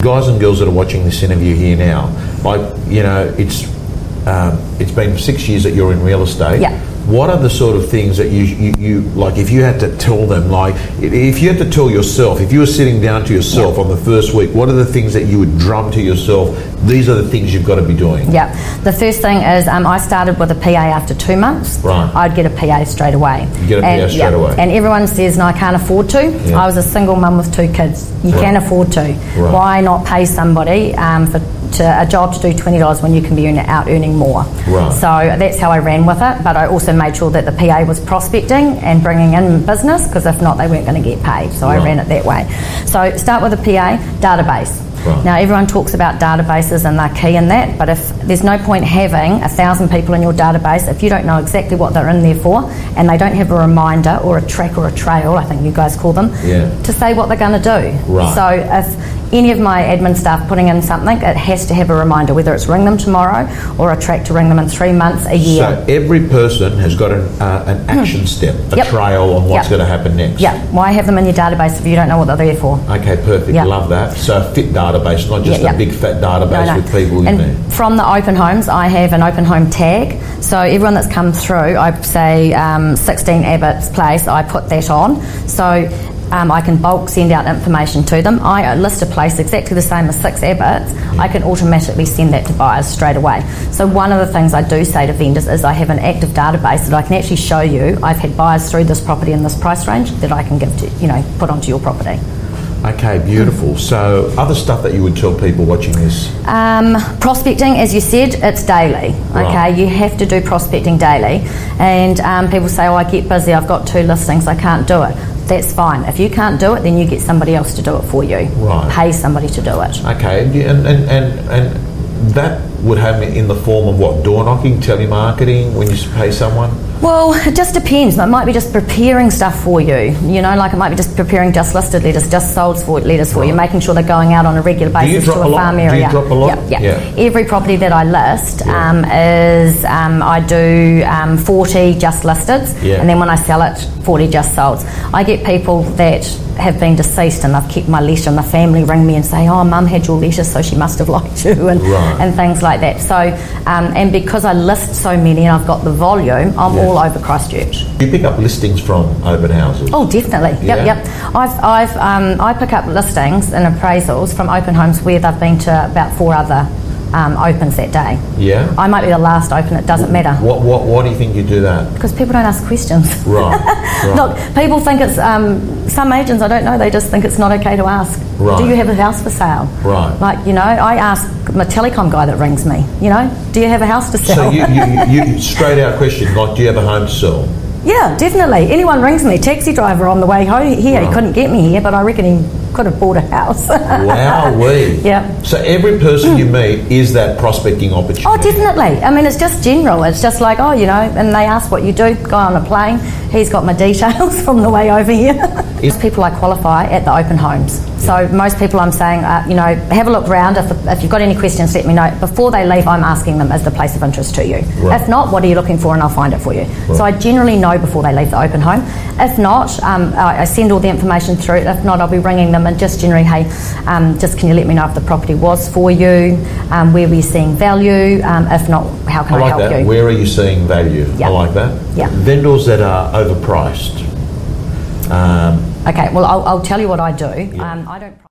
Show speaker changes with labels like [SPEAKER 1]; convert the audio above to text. [SPEAKER 1] Guys and girls that are watching this interview here now, like you know, it's um, it's been six years that you're in real estate.
[SPEAKER 2] Yeah.
[SPEAKER 1] What are the sort of things that you, you you like? If you had to tell them, like i- if you had to tell yourself, if you were sitting down to yourself on the first week, what are the things that you would drum to yourself? These are the things you've got to be doing.
[SPEAKER 2] Yeah. The first thing is um, I started with a PA after two months.
[SPEAKER 1] Right.
[SPEAKER 2] I'd get a PA straight away.
[SPEAKER 1] You get a PA
[SPEAKER 2] and,
[SPEAKER 1] straight away.
[SPEAKER 2] And everyone says, no, I can't afford to.
[SPEAKER 1] Yeah.
[SPEAKER 2] I was a single mum with two kids. You
[SPEAKER 1] Right.
[SPEAKER 2] can afford to. Why not pay somebody um, for to a job to do $20 when you can be earn, out earning more?
[SPEAKER 1] Right.
[SPEAKER 2] So that's how I ran with it. But I also made sure that the PA was prospecting and bringing in business because if not, they weren't going to get paid. So
[SPEAKER 1] Right.
[SPEAKER 2] I ran it that way. So start with a PA, database.
[SPEAKER 1] Right.
[SPEAKER 2] Now, everyone talks about databases and they're key in that, but if there's no point having a thousand people in your database if you don't know exactly what they're in there for and they don't have a reminder or a track or a trail, I think you guys call them,
[SPEAKER 1] Yeah.
[SPEAKER 2] to say what they're going to do.
[SPEAKER 1] Right.
[SPEAKER 2] So if any of my admin staff putting in something, it has to have a reminder, whether it's ring them tomorrow or a track to ring them in three months, a year.
[SPEAKER 1] So every person has got an, uh, an action step, a
[SPEAKER 2] Yep.
[SPEAKER 1] trail on what's
[SPEAKER 2] Yep.
[SPEAKER 1] going to happen next.
[SPEAKER 2] yeah, why have them in your database if you don't know what they're there for?
[SPEAKER 1] Okay, perfect.
[SPEAKER 2] Yeah.
[SPEAKER 1] Love that. So a fit database, not just
[SPEAKER 2] Yeah,
[SPEAKER 1] a
[SPEAKER 2] yeah.
[SPEAKER 1] big fat database
[SPEAKER 2] No, no.
[SPEAKER 1] with people in
[SPEAKER 2] and
[SPEAKER 1] there.
[SPEAKER 2] From the open homes, I have an open home tag. So everyone that's come through, I say um, 16 Abbott's Place, I put that on. So um, I can bulk send out information to them. I uh, list a place exactly the same as Six Abbott's. I can automatically send that to buyers straight away. So one of the things I do say to vendors is I have an active database that I can actually show you. I've had buyers through this property in this price range that I can give to you know put onto your property.
[SPEAKER 1] Okay, beautiful. So, other stuff that you would tell people watching this?
[SPEAKER 2] Um, prospecting, as you said, it's daily.
[SPEAKER 1] Right.
[SPEAKER 2] Okay, you have to do prospecting daily. And um, people say, "Oh, I get busy. I've got two listings. I can't do it." That's fine. If you can't do it, then you get somebody else to do it for you.
[SPEAKER 1] Right.
[SPEAKER 2] Pay somebody to do it.
[SPEAKER 1] Okay, and and and, and that would have it in the form of what door knocking, telemarketing, when you pay someone.
[SPEAKER 2] Well, it just depends. It might be just preparing stuff for you. You know, like it might be just preparing just listed letters, just sold for letters for you, making sure they're going out on a regular
[SPEAKER 1] you
[SPEAKER 2] basis
[SPEAKER 1] drop
[SPEAKER 2] to
[SPEAKER 1] a
[SPEAKER 2] a,
[SPEAKER 1] lot?
[SPEAKER 2] farm
[SPEAKER 1] Do you
[SPEAKER 2] area.
[SPEAKER 1] drop a lot? Yeah.
[SPEAKER 2] Yeah, yeah. Every property that I list um, is um, I do um, 40 just listeds,
[SPEAKER 1] Yeah.
[SPEAKER 2] and then when I sell it, 40 just solds. I get people that have been deceased and I've kept my letter, and the family ring me and say, "Oh, Mum had your letter, so she must have liked you," and
[SPEAKER 1] Right.
[SPEAKER 2] and things like that. So, um, and because I list so many and I've got the volume, I'm
[SPEAKER 1] Yeah.
[SPEAKER 2] all over Christchurch.
[SPEAKER 1] Do you pick up listings from open houses?
[SPEAKER 2] Oh, definitely. Yep,
[SPEAKER 1] Yeah.
[SPEAKER 2] yep. I've, I've, um, I pick up listings and appraisals from open homes where they've been to about four other um, opens that day.
[SPEAKER 1] Yeah.
[SPEAKER 2] I might be the last open, it doesn't matter.
[SPEAKER 1] What what why do you think you do that?
[SPEAKER 2] Because people don't ask questions.
[SPEAKER 1] Right. right.
[SPEAKER 2] Look, people think it's, um, some agents, I don't know, they just think it's not okay to ask.
[SPEAKER 1] Right.
[SPEAKER 2] Do you have a house for sale?
[SPEAKER 1] Right.
[SPEAKER 2] Like, you know, I ask my telecom guy that rings me, you know, do you have a house for sale?
[SPEAKER 1] so you, you, you straight out question like, do you have a home to sell?
[SPEAKER 2] Yeah, definitely. Anyone rings me, taxi driver on the way home here, he couldn't get me here, but I reckon he could have bought a house.
[SPEAKER 1] Wow, we.
[SPEAKER 2] Yep.
[SPEAKER 1] So every person you meet is that prospecting opportunity.
[SPEAKER 2] Oh, definitely. I mean, it's just general. It's just like, oh, you know, and they ask what you do. Guy on a plane, he's got my details from the way over here. Most people I qualify at the open homes. So most people I'm saying, uh, you know, have a look round. If, if you've got any questions, let me know. Before they leave, I'm asking them, is the place of interest to you?
[SPEAKER 1] Right.
[SPEAKER 2] If not, what are you looking for? And I'll find it for you. So I generally know before they leave the open home. If not, um, I, I send all the information through. If not, I'll be ringing them and just generally, hey, um, just can you let me know if the property was for you, um, where we're seeing value. Um, if not, how can
[SPEAKER 1] I
[SPEAKER 2] I,
[SPEAKER 1] like
[SPEAKER 2] help
[SPEAKER 1] that.
[SPEAKER 2] you?
[SPEAKER 1] Where are you seeing value?
[SPEAKER 2] Yeah.
[SPEAKER 1] I like that.
[SPEAKER 2] Yeah.
[SPEAKER 1] Vendors that are overpriced. Um,
[SPEAKER 2] okay, well, I'll, I'll tell you what I do. Um, I don't.